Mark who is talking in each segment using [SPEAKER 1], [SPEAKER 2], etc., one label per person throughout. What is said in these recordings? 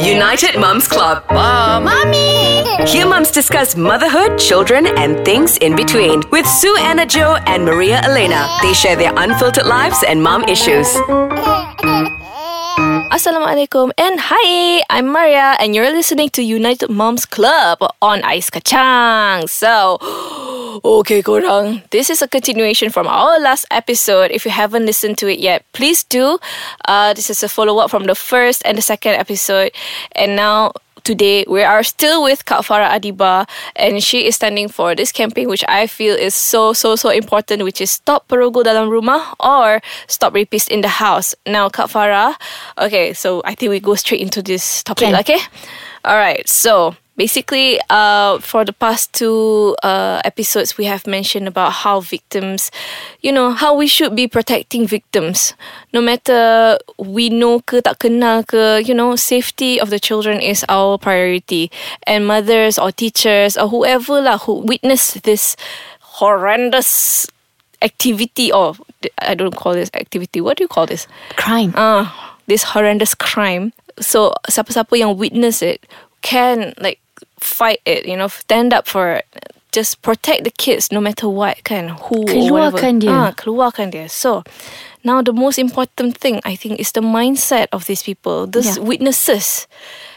[SPEAKER 1] United Mums Club.
[SPEAKER 2] Mom.
[SPEAKER 3] Mommy!
[SPEAKER 1] Here, mums discuss motherhood, children, and things in between with Sue Anna Joe and Maria Elena. They share their unfiltered lives and mom issues.
[SPEAKER 2] Assalamualaikum and hi, I'm Maria and you're listening to United Moms Club on Ice Kacang. So, okay korang, this is a continuation from our last episode. If you haven't listened to it yet, please do. Uh, this is a follow-up from the first and the second episode. And now today we are still with Kak Farah Adiba and she is standing for this campaign which I feel is so so so important which is stop perogol dalam rumah or stop rapist in the house. Now Kak Farah, okay, so I think we go straight into this topic,
[SPEAKER 3] Can.
[SPEAKER 2] okay? All right. So, basically uh for the past two uh episodes we have mentioned about how victims you know how we should be protecting victims no matter we know ke tak kenal ke you know safety of the children is our priority and mothers or teachers or whoever lah who witness this horrendous activity or I don't call this activity what do you call this
[SPEAKER 3] Crime.
[SPEAKER 2] uh, this horrendous crime. So siapa-siapa yang witness it can like fight it, you know, stand up for it. Just protect the kids no matter what kan, who or whatever.
[SPEAKER 3] Keluarkan dia.
[SPEAKER 2] Ah, keluarkan dia. So now the most important thing I think is the mindset of these people, these
[SPEAKER 3] Yeah.
[SPEAKER 2] witnesses.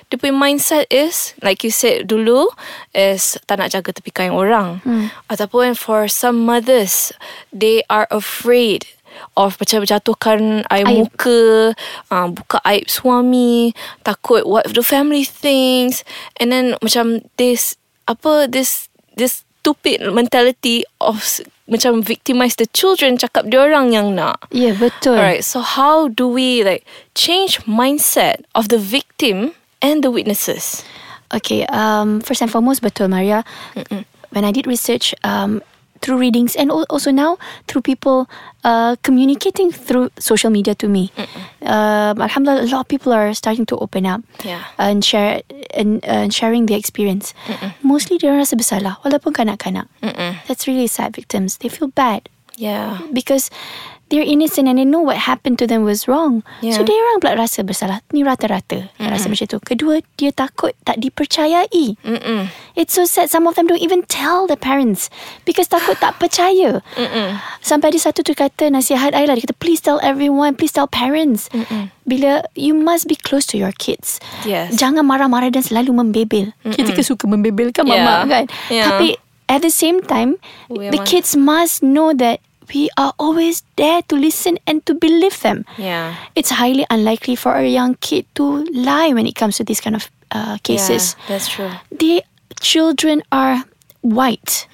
[SPEAKER 2] Dia punya mindset is like you said dulu is tak nak jaga tepi kain orang.
[SPEAKER 3] Hmm.
[SPEAKER 2] Ataupun for some mothers they are afraid of macam jatuhkan air
[SPEAKER 3] Aib.
[SPEAKER 2] muka uh, Buka aib suami Takut what the family thinks And then macam this Apa this This stupid mentality of s- Macam victimize the children Cakap diorang yang nak
[SPEAKER 3] Ya, yeah, betul.
[SPEAKER 2] Alright, so how do we like Change mindset of the victim And the witnesses
[SPEAKER 3] Okay, um, first and foremost, betul Maria. When I did research um, through readings and al- also now through people uh, communicating through social media to me, um, Alhamdulillah, a lot of people are starting to open up
[SPEAKER 2] Yeah.
[SPEAKER 3] and share and, uh, sharing their experience. Mostly, they rasa bersalah, walaupun kanak-kanak. That's really sad. Victims, they feel bad
[SPEAKER 2] Yeah
[SPEAKER 3] because they're innocent and they know what happened to them was wrong.
[SPEAKER 2] Yeah.
[SPEAKER 3] So dia orang pula rasa bersalah. Ni rata-rata rasa macam tu. Kedua, dia takut tak dipercayai. Mm-mm. It's so sad. Some of them don't even tell the parents because takut tak percaya. Mm-mm. Sampai ada satu tu kata nasihat I lah. Dia kata please tell everyone, please tell parents. Mm-mm. Bila you must be close to your kids.
[SPEAKER 2] Yes.
[SPEAKER 3] Jangan marah-marah dan selalu membebel. Kita kan suka membebel kan
[SPEAKER 2] Yeah.
[SPEAKER 3] mama kan.
[SPEAKER 2] Yeah.
[SPEAKER 3] Tapi at the same time,
[SPEAKER 2] We
[SPEAKER 3] the
[SPEAKER 2] must-
[SPEAKER 3] kids must know that we are always there to listen and to believe them.
[SPEAKER 2] Yeah
[SPEAKER 3] It's highly unlikely for a young kid to lie when it comes to these kind of uh, cases.
[SPEAKER 2] yeah, That's true
[SPEAKER 3] The children are white.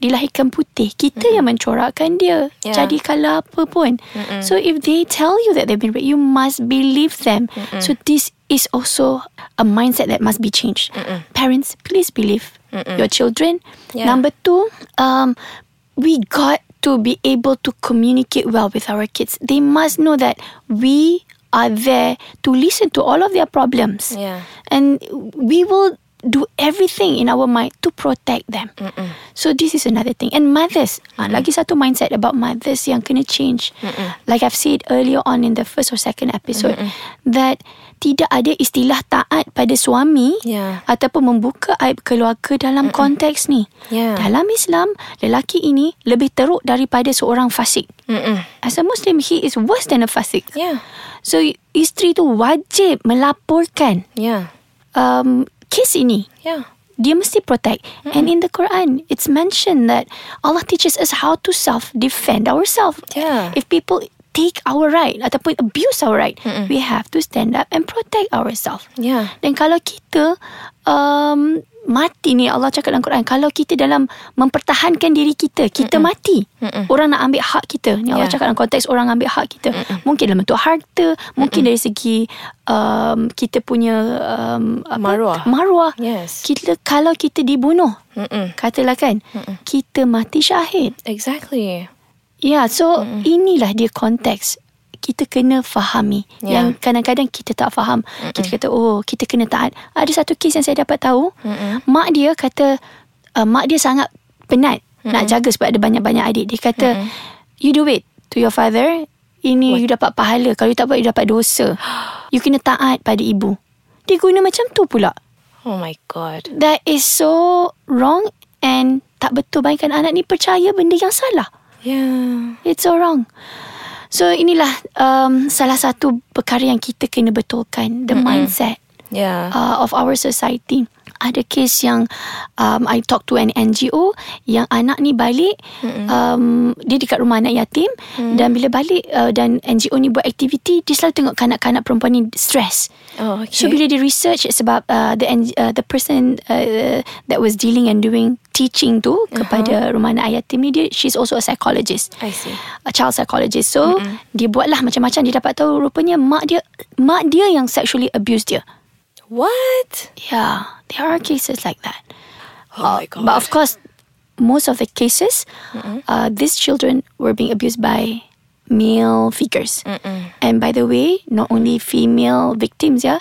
[SPEAKER 3] Dilahirkan putih. Kita yang mencorakkan dia.
[SPEAKER 2] Yeah.
[SPEAKER 3] Jadi kalau apa pun. So if they tell you that they've been raped, you must believe them. So this is also a mindset that must be changed. Parents, please believe your children.
[SPEAKER 2] Yeah.
[SPEAKER 3] Number two, um, we got to be able to communicate well with our kids. They must know that we are there to listen to all of their problems
[SPEAKER 2] Yeah.
[SPEAKER 3] and we will do everything in our mind to protect them. So this is another thing. And mothers, ah, lagi satu mindset about mothers yang kena change. Like I've said earlier on in the first or second episode that tidak ada istilah taat pada suami
[SPEAKER 2] Yeah.
[SPEAKER 3] ataupun membuka aib keluarga dalam konteks ni.
[SPEAKER 2] Yeah.
[SPEAKER 3] Dalam Islam, lelaki ini lebih teruk daripada seorang fasik.
[SPEAKER 2] Mm-mm. Ya.
[SPEAKER 3] As a Muslim, he is worse than a fasik.
[SPEAKER 2] Yeah
[SPEAKER 3] So isteri tu wajib melaporkan
[SPEAKER 2] Yeah
[SPEAKER 3] um, kes ini
[SPEAKER 2] Yeah
[SPEAKER 3] dia mesti protect and in the Quran it's mentioned that Allah teaches us how to self defend ourselves
[SPEAKER 2] Yeah.
[SPEAKER 3] if people take our right ataupun abuse our right we have to stand up and protect ourselves
[SPEAKER 2] Yeah
[SPEAKER 3] dan kalau kita um, mati ni Allah cakap dalam Quran kalau kita dalam mempertahankan diri kita kita mati orang nak ambil hak kita ni Allah
[SPEAKER 2] Yeah.
[SPEAKER 3] cakap dalam konteks orang ambil hak kita mungkin dalam bentuk harta mungkin dari segi um, kita punya um, apa?
[SPEAKER 2] Maruah.
[SPEAKER 3] maruah
[SPEAKER 2] Yes.
[SPEAKER 3] kita kalau kita dibunuh
[SPEAKER 2] Mm-mm.
[SPEAKER 3] katalah kan kita mati syahid
[SPEAKER 2] Exactly
[SPEAKER 3] Ya, yeah, so mm inilah dia konteks kita kena fahami
[SPEAKER 2] Yeah.
[SPEAKER 3] yang kadang-kadang kita tak faham. Kita kata oh, kita kena taat. Ada satu kes yang saya dapat tahu, Mm-mm. mak dia kata uh, mak dia sangat penat nak jaga sebab ada banyak-banyak adik. Dia kata you do it to your father, ini you dapat pahala. Kalau you tak buat you dapat dosa. You kena taat pada ibu. dia guna macam tu pula.
[SPEAKER 2] Oh my god.
[SPEAKER 3] That is so wrong and tak betul baikkan anak ni percaya benda yang salah.
[SPEAKER 2] Yeah.
[SPEAKER 3] It's so wrong. So inilah um, salah satu perkara yang kita kena betulkan the mindset
[SPEAKER 2] Yeah.
[SPEAKER 3] uh, of our society. Ada kes yang um, I talk to an NGO yang anak ni balik um, dia dekat rumah anak yatim dan bila balik uh, dan NGO ni buat aktiviti dia selalu tengok kanak-kanak perempuan ni stress.
[SPEAKER 2] oh, okay.
[SPEAKER 3] So bila dia research sebab uh, the en- uh, the person uh, that was dealing and doing teaching tu uh-huh. kepada rumah anak yatim ni dia she's also a psychologist.
[SPEAKER 2] I see.
[SPEAKER 3] A child psychologist. So dia buatlah macam-macam dia dapat tahu rupanya mak dia mak dia yang sexually abuse dia.
[SPEAKER 2] What?
[SPEAKER 3] Yeah, there are cases like that.
[SPEAKER 2] Oh my god.
[SPEAKER 3] Uh, But of course most of the cases uh, these children were being abused by male figures. And by the way, not only female victims, yeah,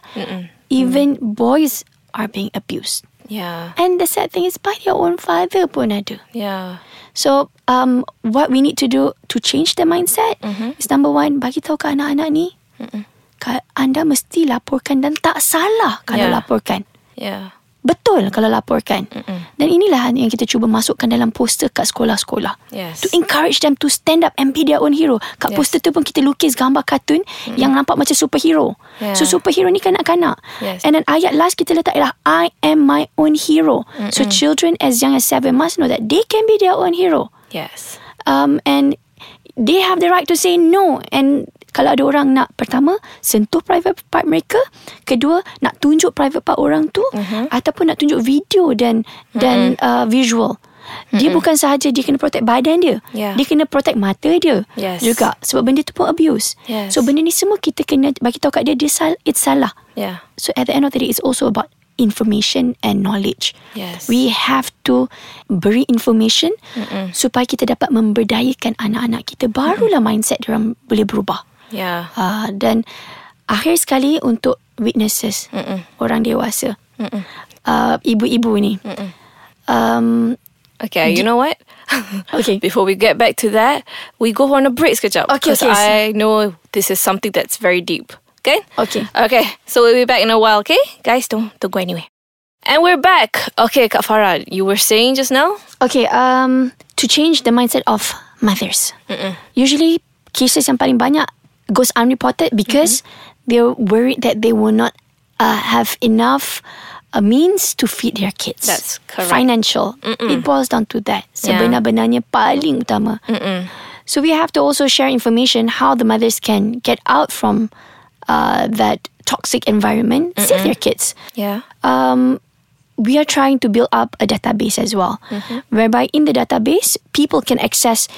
[SPEAKER 3] even boys are being abused.
[SPEAKER 2] yeah.
[SPEAKER 3] And the sad thing is by their own father pun ada.
[SPEAKER 2] Yeah.
[SPEAKER 3] So um, what we need to do to change the mindset
[SPEAKER 2] Mm-hmm.
[SPEAKER 3] is number one, bagi tahu ke anak-anak ni, ka- anda mesti laporkan dan tak salah kalau
[SPEAKER 2] Yeah.
[SPEAKER 3] laporkan.
[SPEAKER 2] Yeah.
[SPEAKER 3] Betul kalau laporkan. Dan inilah yang kita cuba masukkan dalam poster kat sekolah-sekolah.
[SPEAKER 2] Yes.
[SPEAKER 3] To encourage them to stand up and be their own hero. Kat
[SPEAKER 2] Yes.
[SPEAKER 3] poster tu pun kita lukis gambar kartun yang nampak macam superhero.
[SPEAKER 2] Yeah.
[SPEAKER 3] So superhero ni kanak-kanak.
[SPEAKER 2] Yes.
[SPEAKER 3] And then ayat last kita letak ialah I am my own hero. So children as young as seven must know that they can be their own hero.
[SPEAKER 2] Yes.
[SPEAKER 3] Um, and they have the right to say no. And kalau ada orang nak pertama sentuh private part mereka, kedua nak tunjuk private part orang tu
[SPEAKER 2] Mhm.
[SPEAKER 3] ataupun nak tunjuk video dan dan uh, visual. Dia bukan sahaja dia kena protect badan dia.
[SPEAKER 2] Mhm. Yeah.
[SPEAKER 3] Dia kena protect mata dia
[SPEAKER 2] Yes.
[SPEAKER 3] juga sebab benda tu pun abuse.
[SPEAKER 2] Yes.
[SPEAKER 3] So benda ni semua kita kena bagi tahu kat dia dia sal- it's salah.
[SPEAKER 2] Yeah.
[SPEAKER 3] So at the end of the day, it's also about information and knowledge.
[SPEAKER 2] Yes.
[SPEAKER 3] We have to beri information supaya kita dapat memberdayakan anak-anak kita. Barulah mindset diorang boleh berubah.
[SPEAKER 2] Yeah.
[SPEAKER 3] Uh, dan akhir sekali untuk witnesses, orang dewasa, uh, ibu-ibu ni. Um,
[SPEAKER 2] Okay, you know what?
[SPEAKER 3] Okay.
[SPEAKER 2] Before we get back to that, we go on a break sekejap.
[SPEAKER 3] Okay,
[SPEAKER 2] Because I
[SPEAKER 3] okay,
[SPEAKER 2] know this is something that's very deep. Okay?
[SPEAKER 3] Okay.
[SPEAKER 2] Okay, so we'll be back in a while, okay? Guys, don't, don't go anywhere. And we're back. Okay, Kak Farah, you were saying just now?
[SPEAKER 3] Okay, um, to change the mindset of mothers. Usually, cases yang paling banyak goes unreported because
[SPEAKER 2] Mm-hmm.
[SPEAKER 3] they're worried that they will not uh, have enough uh, means to feed their kids.
[SPEAKER 2] That's correct.
[SPEAKER 3] Financial. It boils down to that.
[SPEAKER 2] Yeah.
[SPEAKER 3] Sebenar-benarnya paling utama. So we have to also share information how the mothers can get out from uh, that toxic environment, save their kids
[SPEAKER 2] Yeah.
[SPEAKER 3] um, we are trying to build up a database as well, whereby in the database, people can access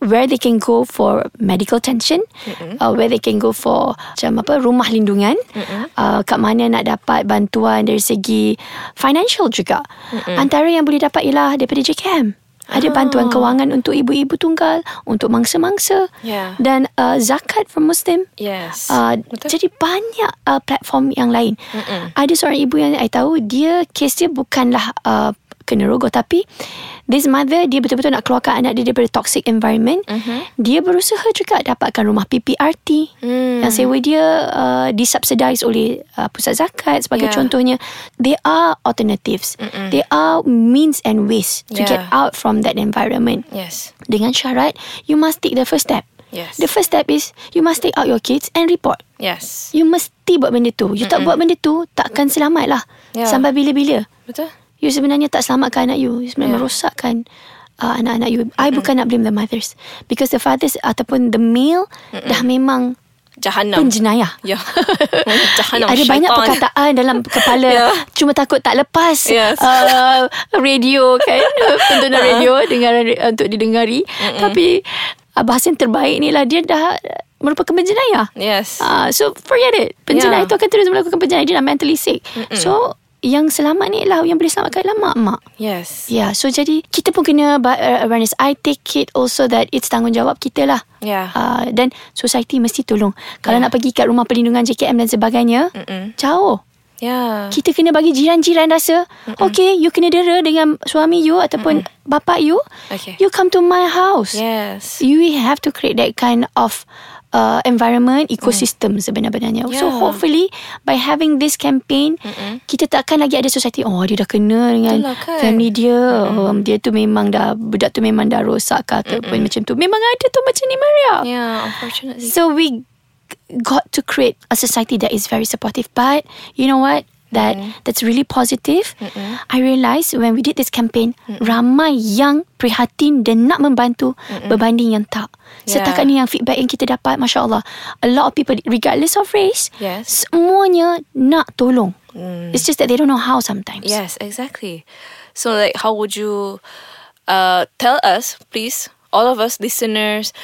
[SPEAKER 3] where they can go for medical attention, uh, where they can go for macam apa, rumah lindungan, uh, kat mana nak dapat bantuan dari segi financial juga. Antara yang boleh dapat ialah daripada JKM. Ada bantuan kewangan untuk ibu-ibu tunggal, untuk mangsa-mangsa
[SPEAKER 2] Yeah.
[SPEAKER 3] dan uh, zakat for Muslim.
[SPEAKER 2] Yes.
[SPEAKER 3] Uh,
[SPEAKER 2] Betul?
[SPEAKER 3] jadi banyak uh, platform yang lain. Mm-mm. Ada seorang ibu yang I tahu dia kes dia bukanlah uh, kena rogoh tapi this mother dia betul-betul nak keluarkan anak dia daripada toxic environment. Mm-hmm. Dia berusaha juga dapatkan rumah PPRT mm. yang sewa dia uh, disubsidize oleh uh, pusat zakat sebagai
[SPEAKER 2] Yeah.
[SPEAKER 3] yeah. contohnya. There are alternatives. Mm-mm. There are means and ways
[SPEAKER 2] Yeah.
[SPEAKER 3] to get out from that environment
[SPEAKER 2] yes.
[SPEAKER 3] dengan syarat you must take the first step.
[SPEAKER 2] Yes.
[SPEAKER 3] The first step is you must take out your kids and report.
[SPEAKER 2] Yes.
[SPEAKER 3] You mesti buat benda tu. You tak buat benda tu, takkan selamat lah.
[SPEAKER 2] Yeah.
[SPEAKER 3] Sampai bila-bila.
[SPEAKER 2] Betul?
[SPEAKER 3] You sebenarnya tak selamatkan anak you. You sebenarnya
[SPEAKER 2] Yeah.
[SPEAKER 3] yeah. merosakkan uh, anak-anak you. I bukan nak blame the mothers. Because the fathers ataupun the male dah memang
[SPEAKER 2] Jahanam.
[SPEAKER 3] penjenayah.
[SPEAKER 2] yeah. Jahanam.
[SPEAKER 3] Ada banyak
[SPEAKER 2] syaitan.
[SPEAKER 3] perkataan dalam kepala
[SPEAKER 2] Yeah.
[SPEAKER 3] Cuma takut tak lepas
[SPEAKER 2] Yes. Ha.
[SPEAKER 3] uh, Radio kan Pentunan radio dengaran, Untuk didengari Tapi uh, Bahasa yang terbaik ni lah Dia dah uh, Merupakan penjenayah
[SPEAKER 2] Yes.
[SPEAKER 3] uh, So forget it Penjenayah
[SPEAKER 2] Yeah.
[SPEAKER 3] itu akan terus melakukan penjenayah Dia dah mentally sick So Yang selamat ni lah Yang boleh selamatkan lah mak-mak
[SPEAKER 2] Mm. yes.
[SPEAKER 3] Ya, yeah, so jadi kita pun kena ba- uh, awareness. I take it also that it's tanggungjawab kita lah.
[SPEAKER 2] Yeah.
[SPEAKER 3] Uh, dan society mesti tolong. Kalau nak pergi kat rumah perlindungan JKM dan sebagainya,
[SPEAKER 2] Ya. Mm-mm. Ah.
[SPEAKER 3] jauh.
[SPEAKER 2] Yeah.
[SPEAKER 3] Kita kena bagi jiran-jiran rasa, okay, you kena dera dengan suami you ataupun bapa you.
[SPEAKER 2] Okay. Ya.
[SPEAKER 3] You come to my house.
[SPEAKER 2] Yes.
[SPEAKER 3] You have to create that kind of uh, environment, ecosystem sebenar-benarnya. So
[SPEAKER 2] Mm. Yeah.
[SPEAKER 3] hopefully by having this campaign, kita takkan lagi ada society oh dia dah kena dengan
[SPEAKER 2] Itulah kan.
[SPEAKER 3] family dia, um, dia tu memang dah budak tu memang dah rosak ke ataupun macam tu. Memang ada tu macam ni Maria.
[SPEAKER 2] Yeah, unfortunately.
[SPEAKER 3] So we got to create a society that is very supportive. But you know what? That that's really positive. I realized when we did this campaign, ramai yang prihatin dan nak membantu berbanding yang tak.
[SPEAKER 2] Yeah.
[SPEAKER 3] Setakat ni yang feedback yang kita dapat, masya Allah, a lot of people, regardless of race,
[SPEAKER 2] Yes. Mm.
[SPEAKER 3] semuanya nak tolong. It's just that they don't know how sometimes.
[SPEAKER 2] Yes, exactly. So, like, how would you uh, tell us, please, all of us listeners,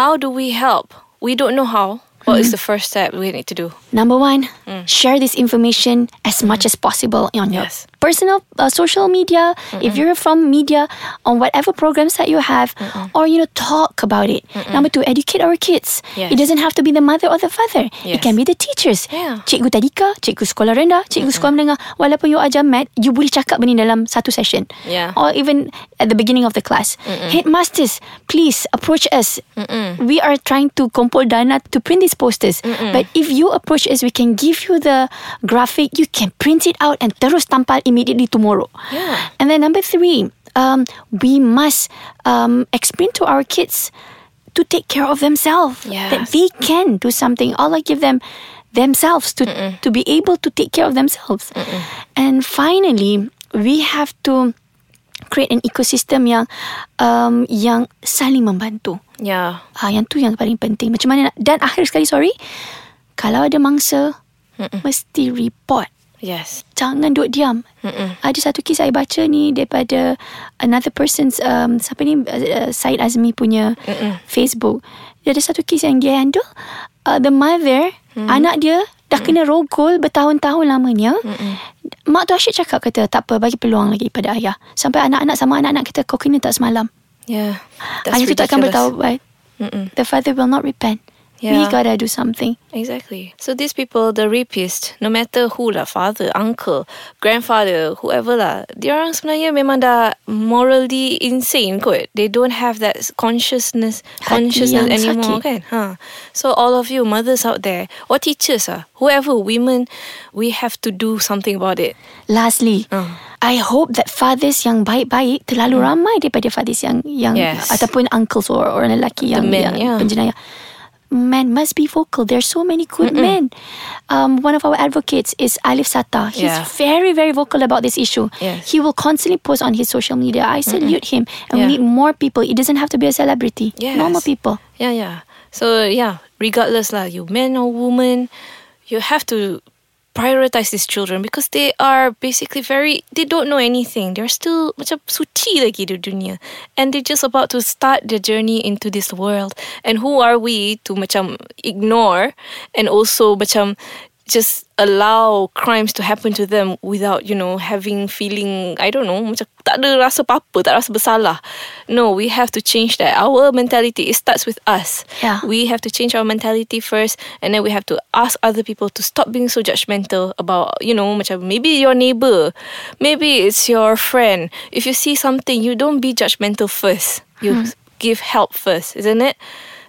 [SPEAKER 2] how do we help? We don't know how. What is
[SPEAKER 3] Mm-hmm.
[SPEAKER 2] the first step we need to do?
[SPEAKER 3] Number one,
[SPEAKER 2] Mm.
[SPEAKER 3] share this information as much as possible on your
[SPEAKER 2] Yes.
[SPEAKER 3] personal uh, social media. If you're from media, on whatever programs that you have, or you know, talk about it. Number two, educate our kids.
[SPEAKER 2] Yes.
[SPEAKER 3] It doesn't have to be the mother or the father.
[SPEAKER 2] Yes.
[SPEAKER 3] It can be the teachers.
[SPEAKER 2] Yeah.
[SPEAKER 3] Cikgu tadika, cikgu sekolah rendah, cikgu sekolah menengah. Walaupun you ajar math, you boleh cakap benda dalam satu session.
[SPEAKER 2] Yeah.
[SPEAKER 3] Or even at the beginning of the class. Headmasters, please approach us. We are trying to compile dana to print these posters. But if you approach us, we can give you the graphic. You can print it out and terus tampal immediately tomorrow.
[SPEAKER 2] Yeah.
[SPEAKER 3] And then number three, um, we must um, explain to our kids to take care of themselves. That
[SPEAKER 2] Yes.
[SPEAKER 3] they can do something. Allah give them themselves to to be able to take care of themselves. And finally, we have to create an ecosystem yang um, yang saling membantu.
[SPEAKER 2] Yeah.
[SPEAKER 3] Ah, yang tu yang paling penting. Macam mana nak, dan akhir sekali sorry, kalau ada mangsa mesti report.
[SPEAKER 2] Yes.
[SPEAKER 3] Jangan duduk diam. Ada satu kisah saya baca ni daripada another person's um, siapa ni uh, Said Azmi punya Facebook. Dia ada satu kisah yang dia handle uh, the mother anak dia dah kena rogol bertahun-tahun lamanya. Mak tu asyik cakap kata tak apa bagi peluang lagi pada ayah. Sampai anak-anak sama anak-anak kita kau kena tak semalam.
[SPEAKER 2] Yeah.
[SPEAKER 3] ayah tu takkan
[SPEAKER 2] ridiculous.
[SPEAKER 3] bertaubat.
[SPEAKER 2] Mm-mm.
[SPEAKER 3] The father will not repent. We
[SPEAKER 2] Yeah.
[SPEAKER 3] gotta do something.
[SPEAKER 2] Exactly. So these people, the rapist, no matter who lah, father, uncle, grandfather, whoever lah, dia orang sebenarnya memang dah morally insane kot. They don't have that consciousness,
[SPEAKER 3] Hati
[SPEAKER 2] consciousness
[SPEAKER 3] yang
[SPEAKER 2] anymore
[SPEAKER 3] sakit.
[SPEAKER 2] kan. Ha. So all of you mothers out there, or teachers ah, whoever, women, we have to do something about it.
[SPEAKER 3] Lastly,
[SPEAKER 2] Hmm.
[SPEAKER 3] I hope that fathers yang baik-baik terlalu ramai daripada fathers yang yang
[SPEAKER 2] Yes.
[SPEAKER 3] ataupun uncles or orang lelaki yang,
[SPEAKER 2] men,
[SPEAKER 3] yang
[SPEAKER 2] yeah.
[SPEAKER 3] penjenayah. Men must be vocal. There's so many good men. Um, one of our advocates is Alif Sata. He's
[SPEAKER 2] Yeah.
[SPEAKER 3] very, very vocal about this issue.
[SPEAKER 2] Yes.
[SPEAKER 3] He will constantly post on his social media. I salute him. And we
[SPEAKER 2] Yeah.
[SPEAKER 3] need more people. It doesn't have to be a celebrity.
[SPEAKER 2] Yes.
[SPEAKER 3] Normal people.
[SPEAKER 2] Yeah, yeah. So yeah, regardless lah, you man or woman, you have to prioritize these children because they are basically very they don't know anything. They're still macam suci lagi di dunia. And they're just about to start their journey into this world. And who are we to macam ignore and also macam just allow crimes to happen to them without you know having feeling I don't know macam tak ada rasa apa-apa tak rasa bersalah no we have to change that our mentality it starts with us
[SPEAKER 3] Yeah.
[SPEAKER 2] we have to change our mentality first and then we have to ask other people to stop being so judgmental about you know macam maybe your neighbor maybe it's your friend if you see something you don't be judgmental first you give help first isn't it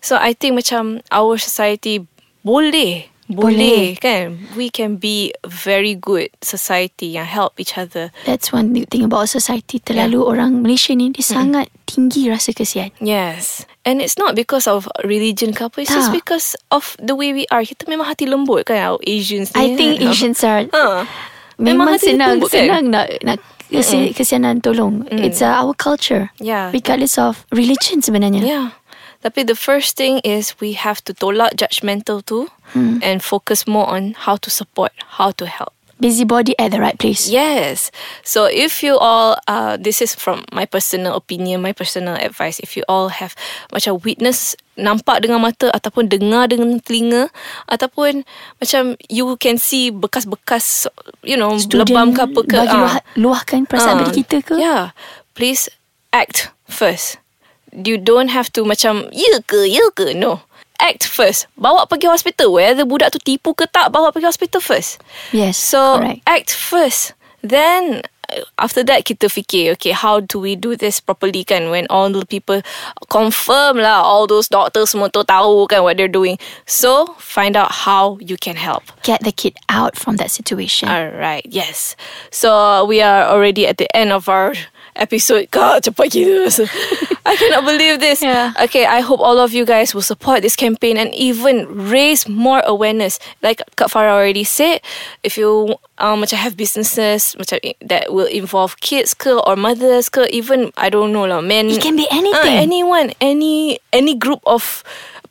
[SPEAKER 2] so I think macam our society boleh boleh kan we can be a very good society and help each other
[SPEAKER 3] That's one good thing about society. Terlalu orang Malaysia ni dia sangat tinggi rasa kesian.
[SPEAKER 2] yes and it's not because of religion ke apa it's just
[SPEAKER 3] Tak.
[SPEAKER 2] because of the way we are kita memang hati lembut kan our Asians ni
[SPEAKER 3] I
[SPEAKER 2] kan?
[SPEAKER 3] think
[SPEAKER 2] Ah.
[SPEAKER 3] Asians are
[SPEAKER 2] ha.
[SPEAKER 3] Memang
[SPEAKER 2] hati
[SPEAKER 3] senang
[SPEAKER 2] lembut, kan?
[SPEAKER 3] senang nak nak kasi, kesianan tolong. It's uh, our culture.
[SPEAKER 2] Yeah.
[SPEAKER 3] Regardless of religion sebenarnya.
[SPEAKER 2] Yeah. Tapi the first thing is we have to tolak judgmental too and focus more on how to support, how to help.
[SPEAKER 3] Busybody at the right place.
[SPEAKER 2] Yes. So if you all, uh, this is from my personal opinion, my personal advice. If you all have macam witness nampak dengan mata ataupun dengar dengan telinga ataupun macam you can see bekas-bekas you know
[SPEAKER 3] Student
[SPEAKER 2] lebam ke apa ke
[SPEAKER 3] Bagi
[SPEAKER 2] ah.
[SPEAKER 3] luah- luahkan
[SPEAKER 2] Ah,
[SPEAKER 3] perasaan pada kita ke?
[SPEAKER 2] Yeah. Please act first. You don't have to macam ya ke ya ke no. Act first. Bawa pergi hospital whether budak tu tipu ke tak bawa pergi hospital first.
[SPEAKER 3] Yes,
[SPEAKER 2] So
[SPEAKER 3] correct.
[SPEAKER 2] act first. Then uh, after that kita fikir okay how do we do this properly kan when all the people confirm lah all those doctors semua tu tahu kan what they're doing. So find out how you can help.
[SPEAKER 3] Get the kid out from that situation.
[SPEAKER 2] All right, yes. So we are already at the end of our episode. God, cepat gila rasa. I cannot believe this.
[SPEAKER 3] Yeah.
[SPEAKER 2] Okay, I hope all of you guys will support this campaign and even raise more awareness. Like Kak Farah already said, if you um, macam have businesses macam i- that will involve kids ke or mothers ke, even, I don't know lah, men.
[SPEAKER 3] It can be
[SPEAKER 2] Ah,
[SPEAKER 3] anything.
[SPEAKER 2] anyone, any any group of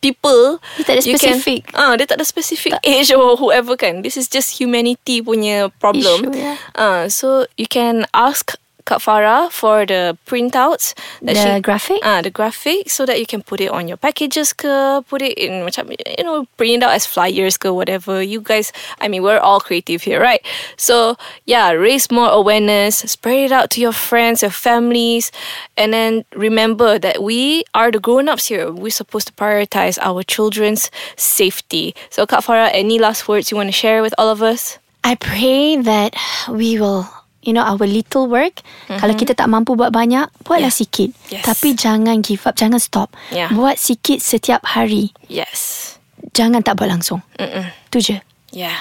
[SPEAKER 2] people.
[SPEAKER 3] Dia tak ada
[SPEAKER 2] you can-
[SPEAKER 3] specific.
[SPEAKER 2] Ah, dia tak ada specific age or whoever kan. This is just humanity punya problem.
[SPEAKER 3] Issue, yeah.
[SPEAKER 2] Ah, so you can ask Kak Farah for the printouts.
[SPEAKER 3] The graphic?
[SPEAKER 2] Ah, the graphic so that you can put it on your packages ke, put it in macam you know, print it out as flyers ke whatever. You guys, I mean, we're all creative here, right? So, yeah, raise more awareness, spread it out to your friends, your families, and then remember that we are the grown-ups here. We're supposed to prioritize our children's safety. So, Kak Farah, any last words you want to share with all of us?
[SPEAKER 3] I pray that we will you know our little work kalau kita tak mampu buat banyak buatlah
[SPEAKER 2] Mm-hmm. Yeah.
[SPEAKER 3] sikit
[SPEAKER 2] Yes.
[SPEAKER 3] tapi jangan give up jangan stop
[SPEAKER 2] Yeah.
[SPEAKER 3] buat sikit setiap hari
[SPEAKER 2] Yes.
[SPEAKER 3] jangan tak buat langsung Mm-mm. tu je
[SPEAKER 2] Yeah.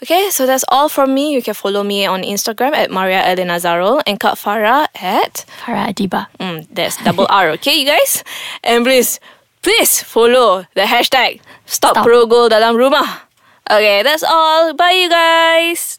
[SPEAKER 2] Okay, so that's all from me. You can follow me on Instagram at Maria Elena Zarol and Kak Farah at
[SPEAKER 3] Farah Adiba
[SPEAKER 2] mm, that's double R, okay, you guys? And please, please follow the hashtag Stop,
[SPEAKER 3] Stop.
[SPEAKER 2] Pro Dalam Rumah. Okay, that's all. Bye, you guys.